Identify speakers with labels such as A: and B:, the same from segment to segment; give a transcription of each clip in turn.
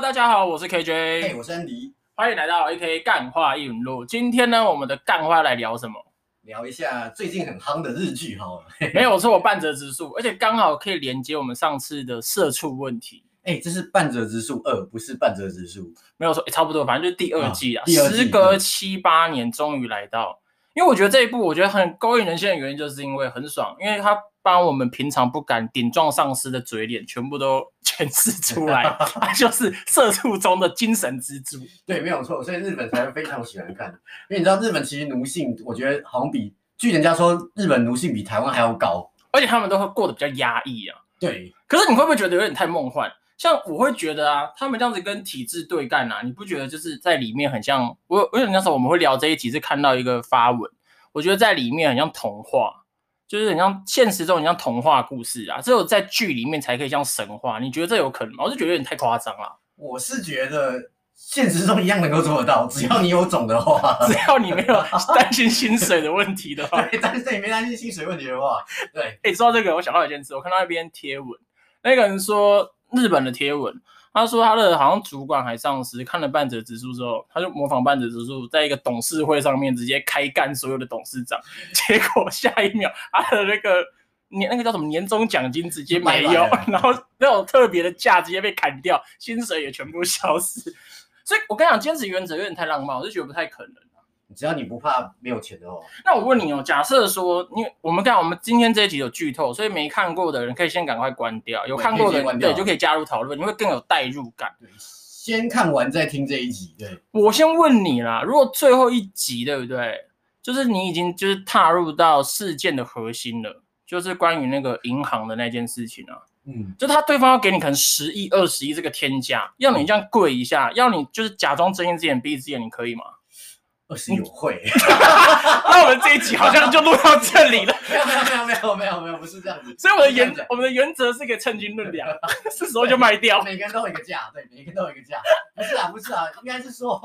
A: 大家好，我是 KJ，、
B: 哎嘿，我是安迪，
A: 欢迎来到 AK 干话一轮路。今天呢，我们的干话来聊什 么？
B: 聊一下最近很夯的日剧好了。
A: 没有错，半折直树，而且刚好可以连接我们上次的社畜问题。
B: 哎、这是半折之术二，不是半折之术。
A: 没有错，诶差不多，反正就是第二季啊，
B: 啊第二季
A: 时隔七八年终于来到。因为我觉得这一部我觉得很勾引人心的原因，就是因为很爽，因为它把我们平常不敢顶撞上司的嘴脸全部都 诠释出 来，它就是社畜中的精神支柱。
B: 对，没有错，所以日本才会非常喜欢看，因为你知道日本其实奴性，我觉得好像比据人家说日本奴性比台湾还要高。
A: 而且他们都会过得比较压抑啊。
B: 对，
A: 可是你会不会觉得有点太梦幻？像我会觉得啊，他们这样子跟体制对干啊，你不觉得就是在里面很像我？我有那时候我们会聊这一集是看到一个发文，我觉得在里面很像童话，就是很像现实中很像童话故事啊，只有在剧里面才可以像神话。你觉得这有可能吗？我就觉得有点太夸张了。
B: 我是觉得现实中一样能够做得 到，只要你有种的话。
A: 只要你没有担心薪水的问题的话，
B: 对，但是你没担心薪水问题的话，对，
A: 哎、欸，说到这个，我想到一件事，我看到一篇贴文，那个人说日本的贴文，他说他的好像主管还上司看了半泽直树之后，他就模仿半泽直树在一个董事会上面直接开干所有的董事长， 结果下一秒他的那个年那个叫什么年终奖金直接没有
B: 拜拜，
A: 然后那种特别的假直接被砍掉，薪水也全部消失。所以我跟你讲，坚持原则有点太浪漫，我就觉得不太可能。
B: 只要你不怕没有钱的话，
A: 那我问你哦，假设说，因为我们看我们今天这一集有剧透，所以没看过的人可以先赶快关掉，有看过
B: 可以
A: 的
B: 先关
A: 人
B: 掉
A: 对就可以加入讨论，你会更有代入感。
B: 对，先看完再听这一集。对，
A: 我先问你啦，如果最后一集对不对？就是你已经就是踏入到事件的核心了，就是关于那个银行的那件事情啊，
B: 嗯，
A: 就他对方要给你可能十亿、二十亿这个天价，要你这样跪一下，要你就是假装睁一只眼闭一只眼，你可以吗？
B: 二十有会。
A: 那我们这一集好像就录到这里了。
B: 没有没有没有没有没有没有，不是这样子。
A: 所以我的
B: 不是这样
A: 原
B: 讲
A: 我们的原则是可以称斤论两， 是时候就卖掉。
B: 每个人都有一个价，对，每个人都有一个价。不是啊，不是啊，应该是说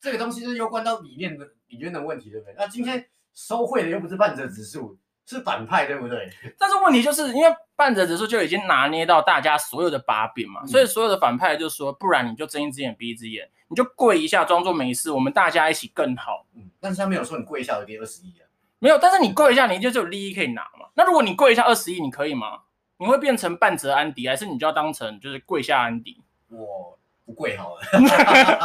B: 这个东西就是攸关到理念的理念的问题，对不对？那今天收贿的又不是半折指数，是反派，对不对？
A: 但是问题就是因为半泽直树就已经拿捏到大家所有的把柄嘛，
B: 嗯
A: 所以所有的反派就说，不然你就睁一只眼闭一只眼，你就跪一下装作没事，我们大家一起更好。
B: 嗯，但是他没有说你跪下我给二十亿啊，
A: 没有，但是你跪一下，你就只有利益可以拿嘛。那如果你跪一下二十亿，你可以吗？你会变成半泽安迪，还是你就要当成就是跪下安迪？
B: 我不跪好了，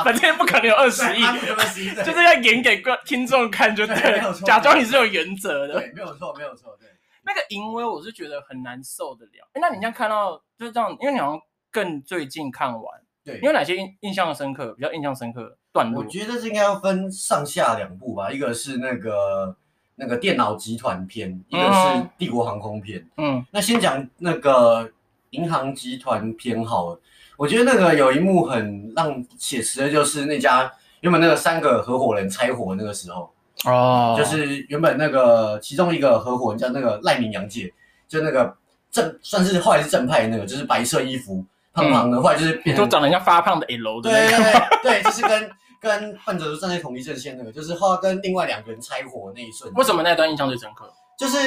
A: 反正不可能有二十亿，
B: 二十啊 亿，对
A: 就是要演给观听众看就对
B: 对没
A: 了
B: 有，错
A: 假装你是有原则的。
B: 对，没有错，没有错，对。
A: 那个淫威我是觉得很难受得了。诶那你这样看到就是这样，因为你好像更最近看完，
B: 对
A: 你，有哪些印印象深刻、比较印象深刻的段
B: 我
A: 落？
B: 觉得这应该要分上下两部吧，一个是那个那个电脑集团篇，一个是帝国航空篇。
A: 嗯，
B: 那先讲那个银行集团偏好了，我觉得那个有一幕很让写实的，就是那家原本那个三个合伙人拆伙那个时候，
A: 哦
B: 就是原本那个其中一个合伙人叫那个赖明阳介，就那个正算是后来是正派的那个，就是白色衣服胖胖的，后来就是变
A: 嗯都
B: 成
A: 长得像发胖的 L 的
B: 对
A: 那
B: 对啊
A: 个，
B: 对对，就是跟跟半泽站在同一阵线那个，就是后来跟另外两个人拆伙那一瞬间，
A: 为什么那段印象最深刻？
B: 就是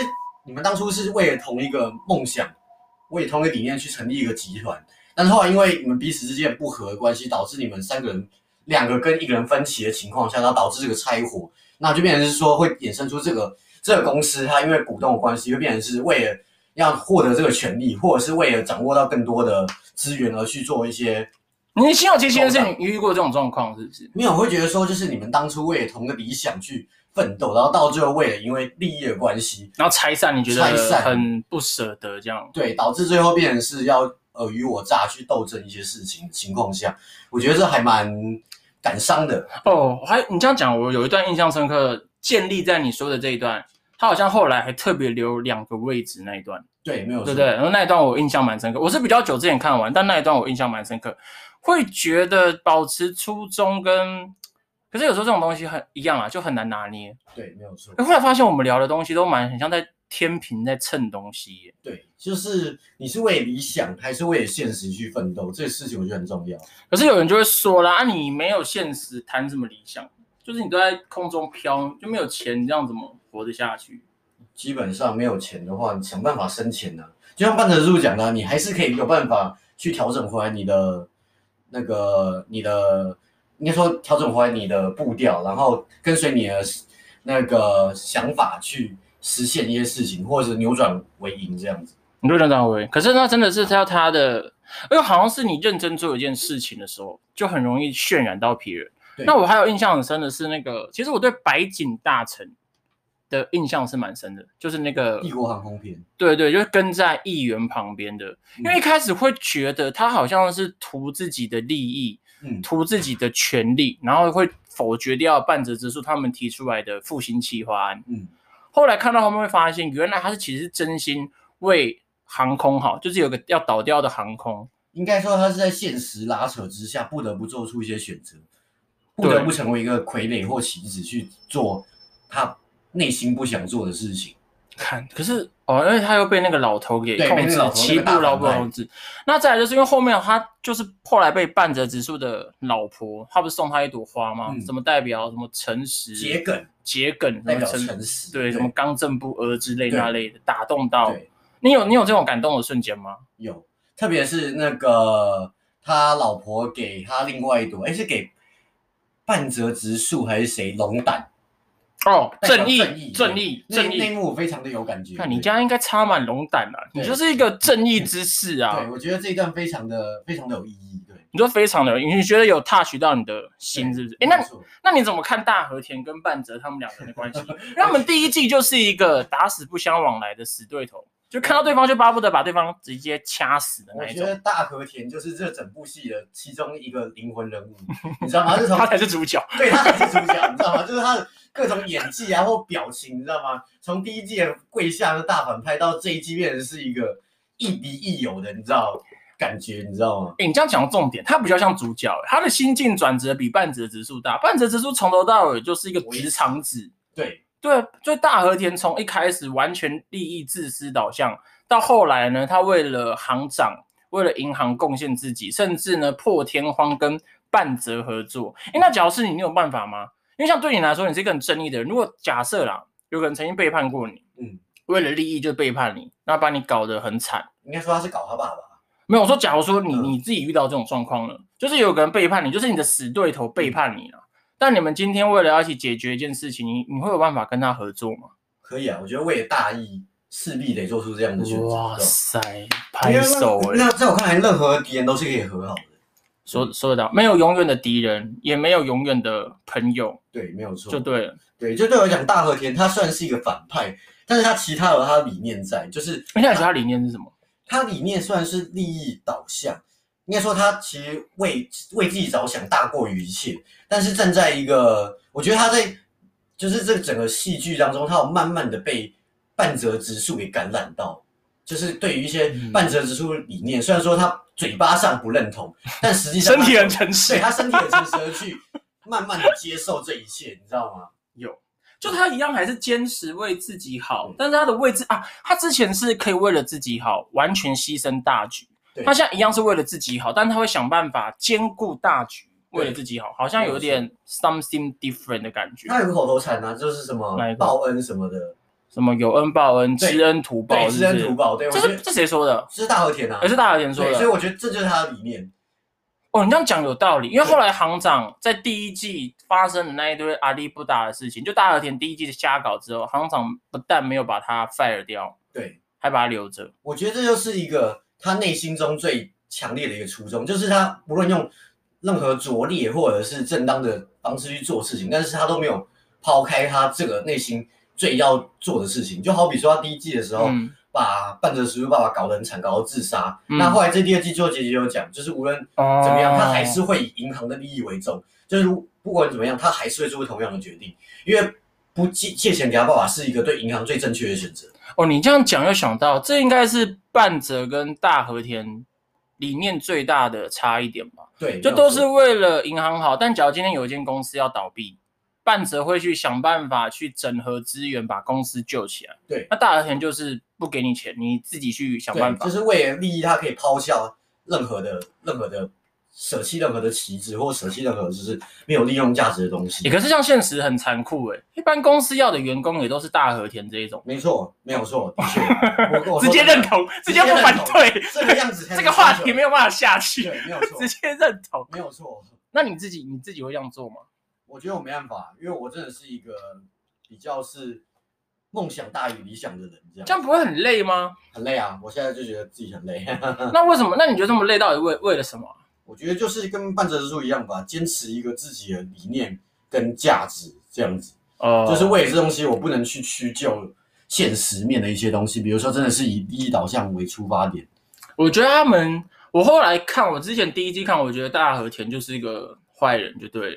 B: 你们当初是为了同一个梦想，为了同一个理念去成立一个集团，但是后来因为你们彼此之间不和的关系，导致你们三个人两个跟一个人分歧的情况下，然后导致这个拆伙，那就变成是说会衍生出这个这个公司它因为股东的关系，会变成是为了要获得这个权利，或者是为了掌握到更多的资源而去做一些
A: 你心有戚戚的是你遇过这种状况是不是？
B: 没有，我会觉得说就是你们当初为了同一个理想去奋斗，然后到最后为了因为利益的关系，
A: 然后拆散，你觉得
B: 拆散
A: 很不舍得这样？
B: 对，导致最后变成是要尔虞我诈去斗争一些事情的情况下，我觉得这还蛮感伤的。
A: 哦，还你这样讲，我有一段印象深刻，建立在你说的这一段，他好像后来还特别留两个位置那一段。
B: 对，没有错。
A: 对不对？然后那一段我印象蛮深刻，我是比较久之前看完，但那一段我印象蛮深刻，会觉得保持初衷跟，可是有时候这种东西很一样啊，就很难拿捏。
B: 对，没有错
A: 哎诶。后来发现我们聊的东西都蛮很像在天平在称东西耶，
B: 对，就是你是为理想还是为了现实去奋斗，这个事情我觉得很重要。
A: 可是有人就会说啦，啊你没有现实谈什么理想，就是你都在空中飘，就没有钱，你这样怎么活得下去？
B: 基本上没有钱的话，你想办法生钱呢、就像半泽树讲的啊，你还是可以有办法去调整回来你的那个你的，应该说调整回来你的步调，然后跟随你的那个想法去实现一些事情，或者是扭转为赢这样子。
A: 你就认张伟，可是那真的是要他的，因为好像是你认真做一件事情的时候，就很容易渲染到别人。
B: 对
A: 那我还有印象很深的是那个，其实我对白井大臣的印象是蛮深的，就是那个
B: 帝国航空篇，
A: 对对，就是跟在议员旁边的，因为一开始会觉得他好像是图自己的利益，
B: 嗯，
A: 图自己的权利，然后会否决掉半泽直树他们提出来的复兴计划案。
B: 嗯，
A: 后来看到后面会发现，原来他是其实真心为航空好，就是有个要倒掉的航空，
B: 应该说他是在现实拉扯之下，不得不做出一些选择，不
A: 对
B: 得不成为一个傀儡或棋子去做他内心不想做的事情。
A: 看，可是哦，因为他又被那个老头给
B: 对
A: 控
B: 被那
A: 制
B: 个老，头
A: 七
B: 那个
A: 步
B: 大
A: 老
B: 反
A: 不
B: 派
A: 控制。那再来就是因为后面他就是后来被半泽直树的老婆，他不是送他一朵花吗？
B: 嗯
A: 什么代表什么诚实、
B: 桔梗
A: 桔梗、什
B: 代
A: 么
B: 表
A: 诚
B: 诚实，
A: 对什么刚正不阿之类
B: 对
A: 那类的，打动到
B: 对
A: 你有你有这种感动的瞬间吗？
B: 有，特别是那个他老婆给他另外一朵，哎，是给半泽直树还是谁龙胆？
A: 哦，
B: 代表
A: 正义
B: 正义，
A: 正义，
B: 那
A: 正
B: 那
A: 义。
B: 一幕我非常的有感觉。
A: 看你
B: 对
A: 家应该插满龙胆啊，你
B: 对
A: 就是一个正义之士啊
B: 对，，我觉得这一段非常的非常的有意义。对，
A: 你就非常的，你觉得有 touch 到你的心，
B: 对
A: 是不是？哎，那
B: 没
A: 你
B: 错
A: 那你怎么看大和田跟半泽他们两个人的关 系？因为他们第一季就是一个打死不相往来的死对头，就看到对方就巴不得把对方直接掐死的
B: 我
A: 那一
B: 觉
A: 种。
B: 得大和田就是这整部戏的其中一个灵魂人 物，你知道吗？他是从
A: 他才是主角，
B: 对他才是主角，你知道吗？就是他的各种演技啊或表情，你知道吗？从第一季的跪下的大反派到这一季变成是一个亦敌亦友的，你知道感觉，你知道吗？
A: 哎、你这样讲到重点，他比较像主角、他的心境转折比半泽直树大。半泽直树从头到尾就是一个职场子，
B: 对，
A: 对，就大和田从一开始完全利益自私导向，到后来呢，他为了行长，为了银行贡献自己，甚至呢破天荒跟半泽合作。哎，那假如是你，你有办法吗？因为像对你来说，你是一个很正义的人。如果假设啦，有个人曾经背叛过你，
B: 嗯，
A: 为了利益就背叛你，那把你搞得很惨。
B: 应该说他是搞他爸爸，
A: 没有我说，假如说你
B: 嗯
A: 你自己遇到这种状况了，就是有个人背叛你，就是你的死对头
B: 嗯
A: 背叛你了。但你们今天为了要一起解决一件事情，你你会有办法跟他合作吗？
B: 可以啊，我觉得为了大义，势必得做出这样的选择。
A: 哇
B: 对吧
A: 塞，拍手
B: 因为
A: 哎、
B: 那在我看来，任何敌人都是可以和好的。
A: 说说得到，没有永远的敌人，也没有永远的朋友，
B: 对，没有错，
A: 就对了。
B: 对，就对我来讲，大和田他算是一个反派，但是他其他有他的理念在，就是
A: 那你觉得他理念是什么？
B: 他理念虽然是利益导向，应该说他其实为为自己着想大过于一切，但是站在一个，我觉得他在就是这整个戏剧当中，他有慢慢的被半泽直树给感染到，就是对于一些
A: 嗯
B: 半泽直树的理念，虽然说他嘴巴上不认同，但实际上
A: 身
B: 他
A: 体很诚实
B: 对，他身体很诚实的去慢慢的接受这一切，你知道吗？
A: 有，就他一样还是坚持为自己好
B: 嗯，
A: 但是他的位置啊，他之前是可以为了自己好，完全牺牲大局。
B: 对
A: 他现在一样是为了自己好，但他会想办法兼顾大局，为了自己好，好像有点 something different 的感觉。
B: 他有个口头禅啊，就是什么
A: 哪一个
B: 报恩什么的，
A: 什么有恩报恩，
B: 对
A: 知恩图报，
B: 对，
A: 是
B: 知
A: 不
B: 恩
A: 是
B: 图？报，对，我
A: 这
B: 觉
A: 是
B: 得
A: 这谁说的？
B: 这是大和田啊
A: 也，是大和田说
B: 对，所以
A: 的。
B: 我觉得这就是他的理念，
A: 哦，你这样讲有道理，因为
B: 对
A: 后来行长在第一季发生的那一堆阿力不达的事情，就大和田第一季的瞎搞之后，行长不但没有把他 fire 掉，
B: 对，
A: 还把他留着。
B: 我觉得这就是一个他内心中最强烈的一个初衷，就是他无论用任何拙劣或者是正当的方式去做事情，但是他都没有抛开他这个内心最要做的事情。就好比说他第一季的时候，
A: 嗯，
B: 把半泽直树爸爸搞得很惨，搞到自杀。
A: 嗯
B: 那后来这第二季做结局有讲，就是无论
A: 哦
B: 怎么样，他还是会以银行的利益为重，就是如不管怎么样，他还是会做出同样的决定，因为不借借钱给他爸爸是一个对银行最正确的选择。
A: 哦，你这样讲又想到，这应该是半泽跟大和田理念最大的差异点吧？
B: 对，
A: 就
B: 没有
A: 都
B: 错
A: 是为了银行好，但假如今天有一间公司要倒闭，半泽会去想办法去整合资源，把公司救起来。
B: 对
A: 那大和田就是不给你钱，你自己去想办
B: 对，
A: 法
B: 就。是为了利益，他可以抛下任何的任何的舍弃任何的旗帜，或舍弃任何就是没有利用价值的东西
A: 欸。可是像现实很残酷诶、一般公司要的员工也都是大和田这一种，
B: 没错，没有错，的 确，我我
A: 直
B: 说
A: 接
B: 真的
A: 认同，直接
B: 直接
A: 不反
B: 认同
A: 对，
B: 这个样子才能
A: 这个话
B: 长久
A: 题没有办法下去，
B: 对，没有错
A: 直，接认同。
B: 没有错。
A: 那你自己你自己会这样做吗？
B: 我觉得我没办法，因为我真的是一个比较是梦想大于理想的人，这样
A: 这样不会很累吗？
B: 很累啊。我现在就觉得自己很累。
A: 那为什么？那你觉得这么累，到底为为了什么啊？
B: 我觉得就是跟半泽直树一样吧，坚持一个自己的理念跟价值这样子，
A: 哦
B: 就是为了这东西，我不能去屈就现实面的一些东西，比如说真的是以利益导向为出发点。
A: 我觉得他们，我后来看，我之前第一季看，我觉得大和田就是一个坏人就对了。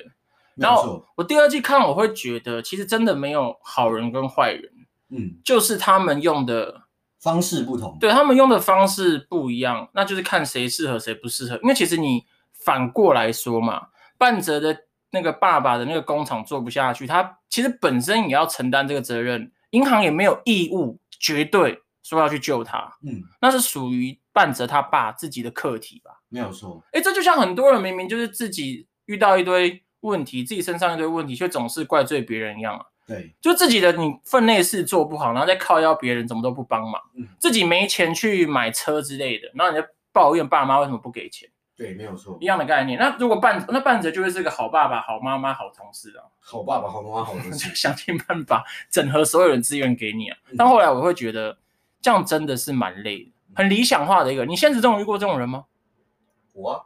A: 然
B: 没有
A: 后
B: 错
A: 我第二季看，我会觉得其实真的没有好人跟坏人，
B: 嗯，
A: 就是他们用的，
B: 方式不同，
A: 对他们用的方式不一样，那就是看谁适合谁不适合。因为其实你反过来说嘛，半泽的那个爸爸的那个工厂做不下去，他其实本身也要承担这个责任，银行也没有义务绝对说要去救他，
B: 嗯，
A: 那是属于半泽他爸自己的课题吧。
B: 没有错，
A: 哎，这就像很多人明明就是自己遇到一堆问题，自己身上一堆问题，却总是怪罪别人一样啊。
B: 对，
A: 就自己的你分内事做不好，然后再靠邀别人怎么都不帮忙，
B: 嗯
A: 自己没钱去买车之类的，然后你就抱怨爸妈为什么不给钱，
B: 对，没有错
A: 一，样的概念。那如果伴那伴着就会是个好爸爸、好妈妈、好同事啊，
B: 好爸爸，好妈妈，好 儿
A: 就
B: 子，
A: 想尽办法整合所有人资源给你啊
B: 嗯。
A: 但后来我会觉得这样真的是蛮累的，很理想化的一个。你现实中有遇过这种人吗？
B: 我啊、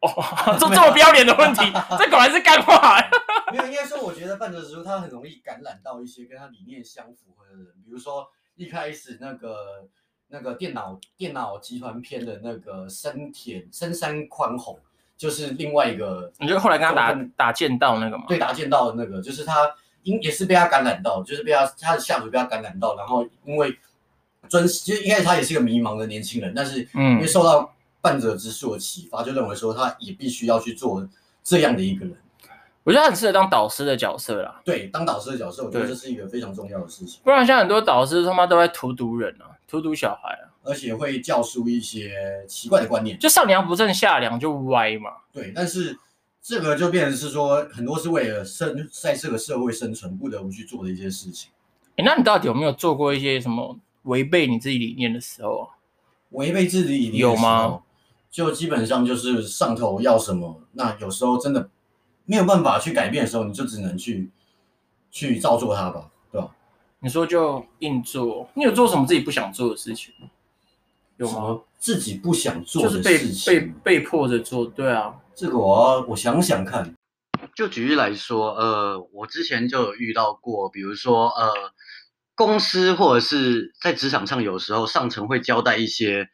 A: 哦， 这这么不要脸的问题，这果然是干话。欸
B: 没有，应该说，我觉得半泽直树他很容易感染到一些跟他理念相符合的人，比如说一开始那个那个电脑电脑集团篇的那个深田深山宽宏，就是另外一个
A: 你就后来跟他打
B: 就跟
A: 打剑道那个嘛？
B: 对达见到的那个，就是他因也是被他感染到，就是被他他的下属被他感染到，然后因为尊其实一开始他也是个迷茫的年轻人，但是因为
A: 嗯，
B: 受到半泽直树的启发，就认为说他也必须要去做这样的一个人。
A: 我觉得他很适合当导师的角色啦，
B: 对，当导师的角色，我觉得
A: 对
B: 这是一个非常重要的事情。
A: 不然像很多导师他妈都在荼毒人啊，荼毒小孩啊，
B: 而且会教出一些奇怪的观念。
A: 就上梁不正下梁就歪嘛。
B: 对，但是这个就变成是说，很多是为了生在这个社会生存，不得不去做的一些事情，
A: 诶那你到底有没有做过一些什么违背你自己理念的时候啊？
B: 违背自己理念
A: 有
B: 的时
A: 吗
B: 候？就基本上就是上头要什么，那有时候真的没有办法去改变的时候，你就只能去去照做它吧，对吧？
A: 你说就硬做，你有做什么自己不想做的事情吗？有
B: 什
A: 吗？
B: 么自己不想做
A: 就是
B: 的
A: 被
B: 事情，
A: 被被迫着做，对啊，
B: 这个我要我想想看。就举例来说，呃，我之前就有遇到过，比如说呃，公司或者是在职场上，有时候上层会交代一些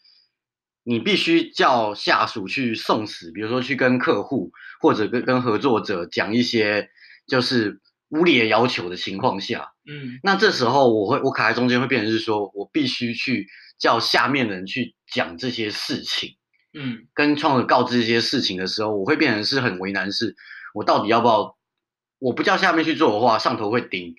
B: 你必须叫下属去送死，比如说去跟客户或者跟跟合作者讲一些就是无理的要求的情况下，
A: 嗯，
B: 那这时候我会我卡在中间会变成是说我必须去叫下面的人去讲这些事情。
A: 嗯，
B: 跟创可告知一些事情的时候，我会变成是很为难是，我到底要不要？我不叫下面去做的话，上头会盯；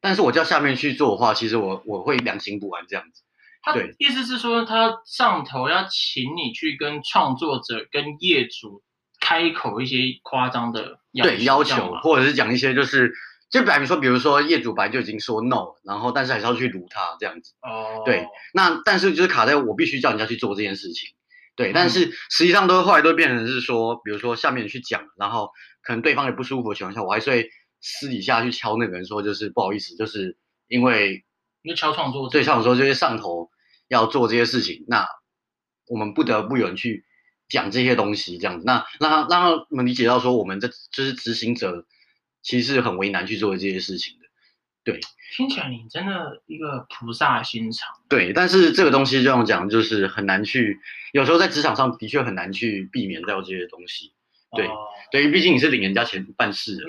B: 但是我叫下面去做的话，其实我我会良心不安这样子。
A: 他
B: 对
A: 意思是说，他上头要请你去跟创作者、跟业主开口一些夸张的
B: 对，要求
A: 嘛。
B: 或者是讲一些就是，就比如说，比如说业主白就已经说 no，然后但是还是要去撸他这样子。
A: 哦，
B: 对，那但是就是卡在我必须叫人家去做这件事情，对，
A: 嗯
B: 但是实际上都后来都变成是说，比如说下面去讲，然后可能对方也不舒服的情况下，我还是会私底下去敲那个人说，就是不好意思，就是因为
A: 你就敲创作者。
B: 对像我说这些上头要做这些事情，那我们不得不有人去讲这些东西，这样子，那让他让他们理解到说，我们这就是执行者其实是很为难去做这些事情的。
A: 听起来你真的一个菩萨心肠。
B: 对，但是这个东西这样讲，就是很难去，有时候在职场上的确很难去避免掉这些东西。对
A: 哦
B: 对，因为毕竟你是领人家钱办事的。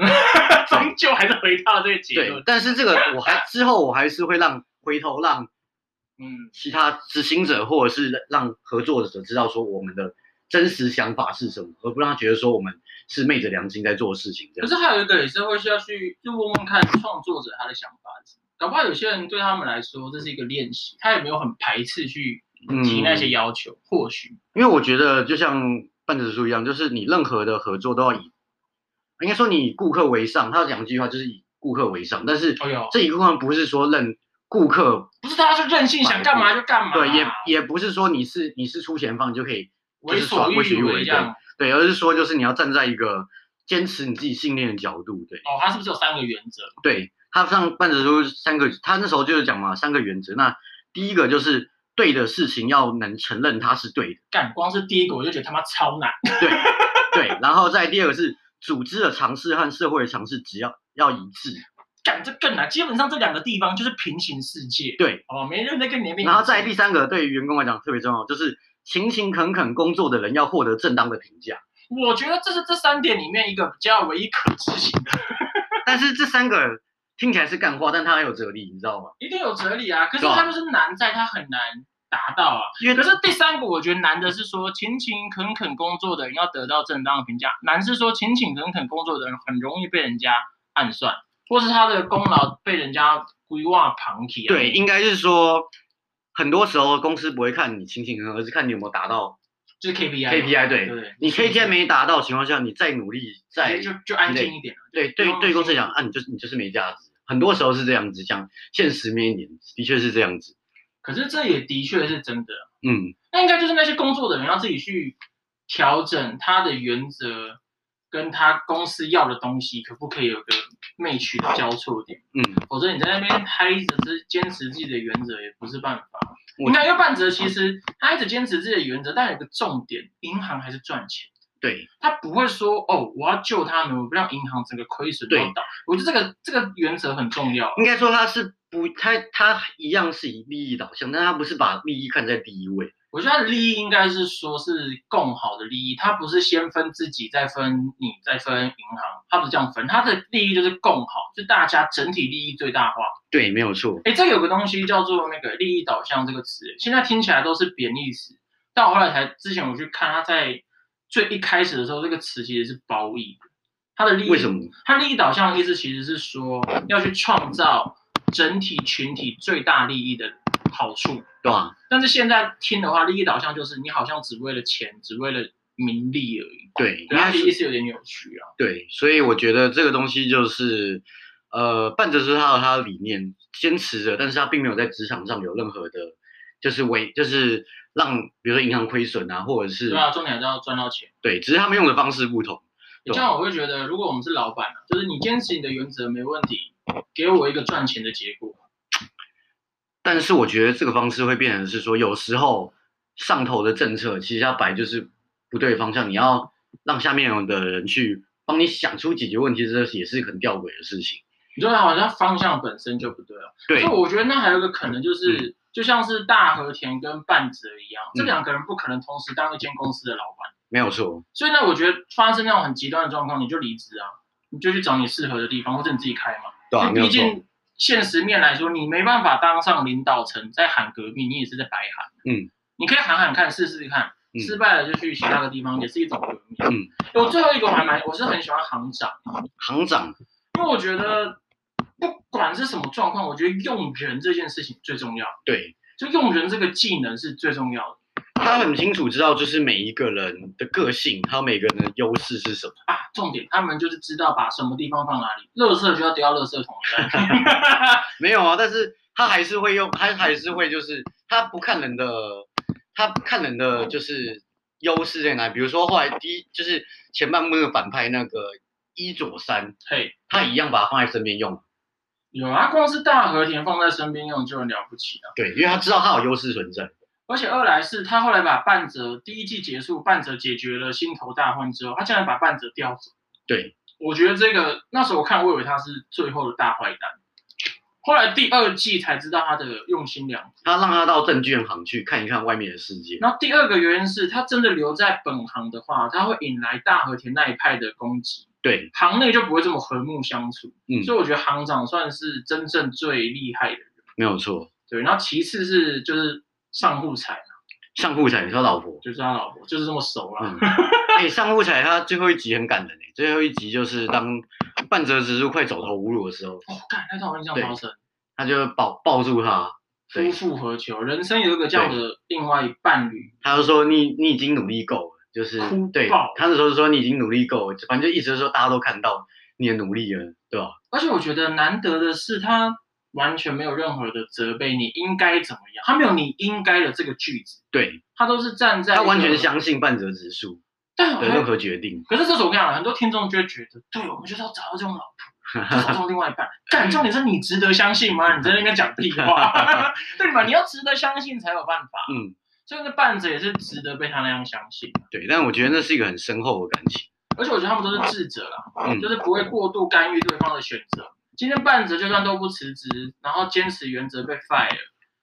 A: 终究还是回到这个结
B: 对
A: 论，。
B: 但是这个我还之后我还是会让回头让
A: 嗯，
B: 其他执行者或者是让合作者知道说我们的真实想法是什么，而不让他觉得说我们是昧着良心在做事情这
A: 可
B: 样
A: 是。还有一个也是会需要去就问问看创作者他的想法是什么。搞不好有些人对他们来说这是一个练习，
B: 嗯
A: 他也没有很排斥去提那些要求，或许。
B: 因为我觉得，就像半泽书一样，就是你任何的合作都要以，应该说你以顾客为上。他讲一句话就是以顾客为上，但是
A: 哎呦
B: 这一顾客不是说认顾客，
A: 不是大家就任性，想干嘛就干嘛，
B: 对，也也不是说你是你是出钱方就可以
A: 啊为所
B: 就是
A: 欲
B: 爽为所欲为
A: 为这样。
B: 对，而是说就是你要站在一个坚持你自己信念的角度，对
A: 哦，他是不是有三个原则？
B: 对。他上半泽书三个，他那时候就是讲嘛，三个原则。那第一个就是对的事情要能承认它是对的。
A: 干，光是第一个我就觉得他妈超难。
B: 对 对，然后再第二个是组织的尝试和社会的尝试，只要要一致。
A: 干这更难，基本上这两个地方就是平行世界，
B: 对，
A: 好吧？没人在跟你那边。
B: 然后再第三个，对于员工来讲特别重要，就是勤勤恳恳工作的人要获得正当的评价。
A: 我觉得这是这三点里面一个比较唯一可执行的，
B: 但是这三个听起来是干话，但它很有哲理，你知道吗？
A: 一定有哲理啊。可是
B: 对啊
A: 它就是难在它很难达到啊。
B: 因
A: 可
B: 为
A: 是第三个我觉得难的是说，勤勤恳恳工作的人要得到正当的评价，难是说勤勤恳恳工作的人很容易被人家暗算，或是他的功劳被人家规划旁起啊。
B: 对，应该是说很多时候公司不会看你勤勤恳恳，而是看你有没有达到。
A: 就是 KPI 嘛
B: KPI 对
A: 对，
B: 你 KPI 没达到的情况下，你再努力再
A: 对就就安静一点啊。
B: 对
A: 不
B: 对
A: 用
B: 对公司
A: 心
B: 来讲啊，你就是你就是没价值。很多时候是这样子，讲现实面一点，的确是这样子。
A: 可是这也的确是真的，
B: 嗯，
A: 那应该就是那些工作的人要自己去调整他的原则，跟他公司要的东西可不可以有个 match 的交错点，
B: 嗯，
A: 否则你在那边还一直是坚持自己的原则也不是办法。
B: 我
A: 你看，因为半泽其实他一直坚持自己的原则，但有个重点，银行还是赚钱。
B: 对，
A: 他不会说哦，我要救他们，我不让银行整个亏损都
B: 对
A: 倒。我觉得这个这个原则很重要。
B: 应该说他是不，他他一样是以利益导向，但他不是把利益看在第一位。
A: 我觉得他的利益应该是说是共好的利益，他不是先分自己，再分你，再分银行，他不是这样分，他的利益就是共好，就大家整体利益最大化。
B: 对，没有错。
A: 诶，这有个东西叫做那个利益导向这个词，现在听起来都是贬义词，但我后来才之前我去看，他在最一开始的时候，这个词其实是褒义的，他的利益
B: 为什么？
A: 它利益导向的意思其实是说要去创造整体群体最大利益的好处。
B: 对吧、
A: 但是现在听的话，利益导向就是你好像只为了钱，只为了名利而已。
B: 对，应
A: 对，它
B: 该
A: 的
B: 是
A: 意思有点扭曲啊。
B: 对，所以我觉得这个东西就是，呃，伴着是他的他的理念坚持着，但是他并没有在职场上有任何的，就是为就是让比如说银行亏损啊，或者是
A: 对啊，重点还是要赚到钱。
B: 对，只是他们用的方式不同。
A: 你这样我会觉得，如果我们是老板啊，就是你坚持你的原则没问题，给我一个赚钱的结果。
B: 但是我觉得这个方式会变成是说，有时候上头的政策其实它摆就是不对的方向，你要让下面的人去帮你想出解决问题，这也是很吊诡的事情。
A: 你知道好像方向本身就不对了。
B: 对
A: 所以我觉得那还有一个可能就是，就像是大和田跟半泽一样，这
B: 嗯
A: 两个人不可能同时当一间公司的老板。
B: 没有错，
A: 所以呢，我觉得发生那种很极端的状况，你就离职啊，你就去找你适合的地方，或者你自己开嘛。
B: 对吧、
A: 因
B: 没
A: 为
B: 有
A: 毕
B: 错，
A: 竟现实面来说，你没办法当上领导层，在喊革命，你也是在白喊。
B: 嗯，
A: 你可以喊喊看，试试看，
B: 嗯
A: 失败了就去其他的地方，也是一种革命。
B: 嗯
A: 诶，我最后一个我还蛮，我是很喜欢行长，
B: 行长，
A: 因为我觉得不管是什么状况，我觉得用人这件事情最重要，
B: 对，
A: 就用人这个技能是最重要的
B: 他很清楚知道，就是每一个人的个性，还有每个人的优势是什么。
A: 啊。重点，他们就是知道把什么地方放哪里，垃圾就要丢到垃圾桶里来。
B: 没有啊，但是他还是会用，他还是会就是他不看人的，他不看人的就是优势在哪里。比如说后来第一就是前半部那个反派那个伊佐山，
A: 嘿，
B: 他一样把他放在身边用，
A: 有啊，光是大和田放在身边用就很了不起了。
B: 对，因为他知道他有优势存在。
A: 而且二来是他后来把半泽第一季结束，半泽解决了心头大患之后，他竟然把半泽调走。
B: 对，
A: 我觉得这个那时候我看，我以为他是最后的大坏蛋，后来第二季才知道他的用心良苦。
B: 他让他到证券行去看一看外面的世界。
A: 然后第二个原因是他真的留在本行的话，他会引来大和田那一派的攻击，
B: 对，
A: 行内就不会这么和睦相处。
B: 嗯
A: 所以我觉得行长算是真正最厉害的人。
B: 没有错。
A: 对，然后其次是就是上户彩，
B: 上户彩，他老婆。
A: 就是他老婆，就是这么熟啦。
B: 嗯，哎、上户彩他最后一集很感人诶、欸最后一集就是当半泽直树快走投无路的时候，
A: 哦，干，那段我印象
B: 对
A: 超深。
B: 他就抱抱住他，
A: 夫
B: 对，
A: 复何求？人生有一个这样的另外一伴侣，
B: 他就说你你已经努力够了，就是
C: 哭
B: 对
C: 爆
B: 他那时候就说你已经努力够了，反正就意思就是说大家都看到你的努力了，对吧？
A: 而且我觉得难得的是，他完全没有任何的责备，你应该怎么样，他没有你应该的这个句子，
B: 对
A: 他都是站在
B: 他完
A: 一
B: 全
A: 个，
B: 相信半泽直树
A: 对，
B: 的
A: 还
B: 任何决定，
A: 可是这时候我跟你讲，很多听众就会觉得，对，我们就是要找到这种老婆， 找到这种另外一半。但重点是你值得相信吗？你在那边讲屁 话，对吧？你要值得相信才有办法。
B: 嗯，
A: 所以那伴着也是值得被他那样相信，
B: 对。但我觉得那是一个很深厚的感情，
A: 而且我觉得他们都是智者啦，哦
B: 嗯
A: 就是不会过度干预对方的选择。今天伴着就算都不辞职，然后坚持原则被 fire，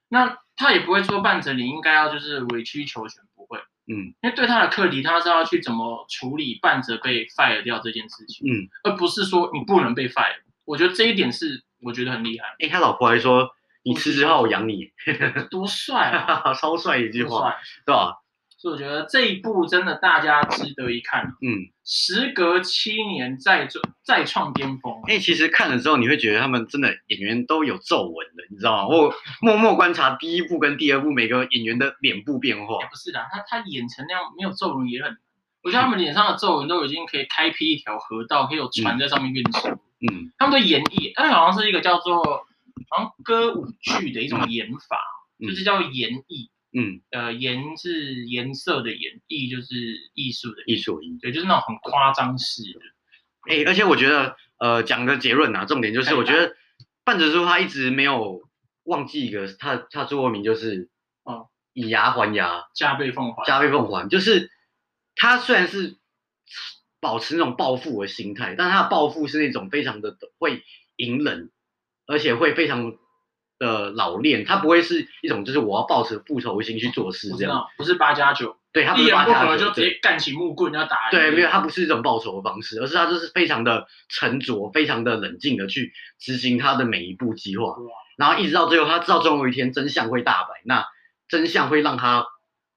A: 那他也不会说伴着你应该要就是委曲求全，不会。
B: 嗯
A: 因为对他的课题，他是要去怎么处理伴着被 fire 掉这件事情，
B: 嗯。
A: 而不是说你不能被 fire。我觉得这一点是我觉得很厉害，
B: 哎，他老婆还说你辞职后我养你，
A: 多帅啊！
B: 超帅一句
A: 多
B: 话，
A: 帅！
B: 对吧？
A: 所以我觉得这一部真的大家值得一看，啊
B: 嗯，
A: 时隔七年再做再创巅峰。啊
B: 哎，其实看了之后你会觉得他们真的演员都有皱纹的，你知道吗？我默默观察第一部跟第二部每个演员的脸部变化
A: 也，不是啦，他他演成那样没有皱纹也很难。我觉得他们脸上的皱纹都已经可以开辟一条河道，可以有船在上面运输。
B: 嗯，
A: 他们的演绎，那好像是一个叫做好像歌舞剧的一种演法，
B: 嗯
A: 就是叫演绎。
B: 嗯，
A: 呃，颜是颜色的演绎，就是艺术的
B: 一
A: 艺术，
B: 所一。
A: 对，就是那种很夸张式的。
B: 哎、而且我觉得，呃，讲个结论啊，重点就是，
A: 哎
B: 我觉得半泽叔他一直没有忘记一个他他的座右铭就是，
A: 哦，
B: 以牙还牙，
A: 加倍奉还。
B: 加倍奉还，就是他虽然是保持那种报复的心态，但他的报复是那种非常的会隐忍，而且会非常的老练，他不会是一种就是我要抱着复仇心去做事
A: 我知
B: 这样，
A: 道，不是八加九，
B: 对他不
A: 一
B: 是
A: 言
B: 把
A: 不
B: 他
A: 合就直接干起木棍要打人。
B: 对，没有，他不是一种报仇的方式，而是他就是非常的沉着、非常的冷静的去执行他的每一步计划
A: 哇，
B: 然后一直到最后，他知道总有一天真相会大白，那真相会让他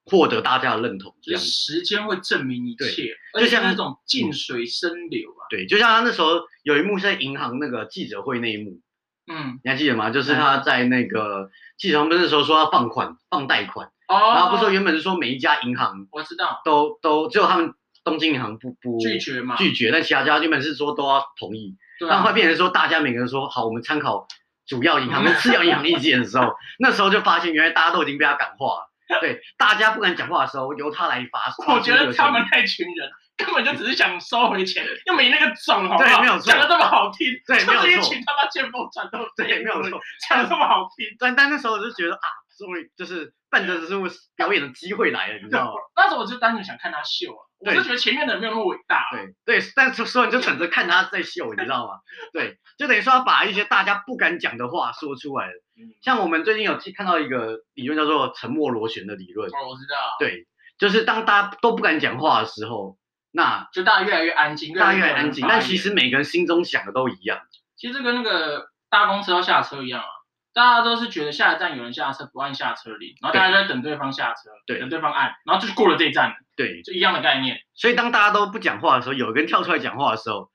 B: 获得大家的认同，
A: 就
B: 这样
A: 是
B: 子。
A: 时间会证明一
B: 对
A: 切，
B: 就
A: 而且
B: 像嗯
A: 那种静水深流啊，
B: 对，就像他那时候有一幕是在银行那个记者会那一幕，
A: 嗯，
B: 你还记得吗？就是他在那个记者会那时候说要放款、放贷款，
A: 哦，
B: 然后不是说原本是说每一家银行
A: 我知道
B: 都都只有他们东京银行不不
A: 拒绝嘛，
B: 拒绝，但其他家原本是说都要同意。
A: 对
B: 但
A: 啊
B: 会，变成说，大家每个人说好，我们参考主要银行跟次要银行意见的时候，那时候就发现原来大家都已经被他感化了。对，大家不敢讲话的时候，由他来发。
A: 我觉得他们
B: 发出
A: 那群人根本就只是想收回钱，又没那个种，好不
B: 对
A: 好？
B: 没有错
A: 讲的这么好听，
B: 对没有
A: 就是一
B: 错
A: 群他妈见风转舵，
B: 这个 对，没有错。。
A: 讲的这么好听。
B: 但但那时候我就觉得啊，终于就是半泽直树表演的机会来了，你知道吗？
A: 那时候我就单纯想看他秀啊，我
B: 对
A: 就觉得前面的人没有那么伟大，啊
B: 对对，但是所有人就等着看他在秀，你知道吗？对，就等于说他把一些大家不敢讲的话说出来了。
A: 嗯
B: 像我们最近有看到一个理论叫做沉默螺旋的理论，
A: 哦，我知道，
B: 对，就是当大家都不敢讲话的时候，那
A: 就大家越来越安静，
B: 大家越
A: 没
B: 来
A: 有
B: 越
A: 人
B: 安静。
A: 发
B: 但
A: 言
B: 其实每个人心中想的都一样，
A: 其实跟那个搭公车要下车一样啊，大家都是觉得下一站有人下车，不按下车铃，然后大家就在等对方下车，
B: 对
A: 等对方按，然后就是过了这一站了，
B: 对。
A: 就一样的概念。
B: 所以当大家都不讲话的时候，有一个人跳出来讲话的时候，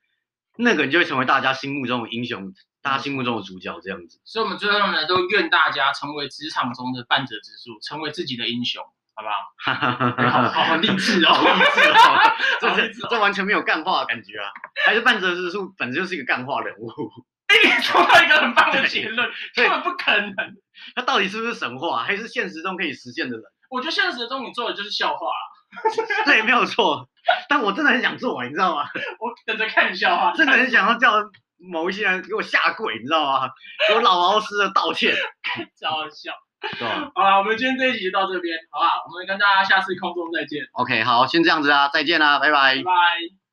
B: 那个人就会成为大家心目中的英雄，大家心目中的主角这样子。
A: 所以我们最后呢，都愿大家成为职场中的半者之数，成为自己的英雄，好不 好？
B: 哈哈哈
A: 好
B: 哈
A: 好励志
B: 好
A: 哦！
B: 励志哦！
A: 好
B: 这
A: 励
B: 是
A: 志哦
B: 这完全没有干话的感觉啊，还是半泽直树本身就是一个干话人物，
A: 说哎到一个很棒的结论，
B: 对
A: 根本不可能。
B: 他到底是不是神话，还是现实中可以实现的人？
A: 我觉得现实中你做的就是笑话，啊
B: 对，没有错。但我真的很想做，你知道吗？
A: 我等着看笑话。
B: 真的很想要叫某一些人给我下跪，你知道吗？给我老老实实的道歉，
A: 超笑。
B: 对啊吧
A: 好了，我们今天这一集就到这边，好不好？我们跟大家下次空中再见，
B: ？OK，好，先这样子啊，再见啦，拜拜
A: 拜拜。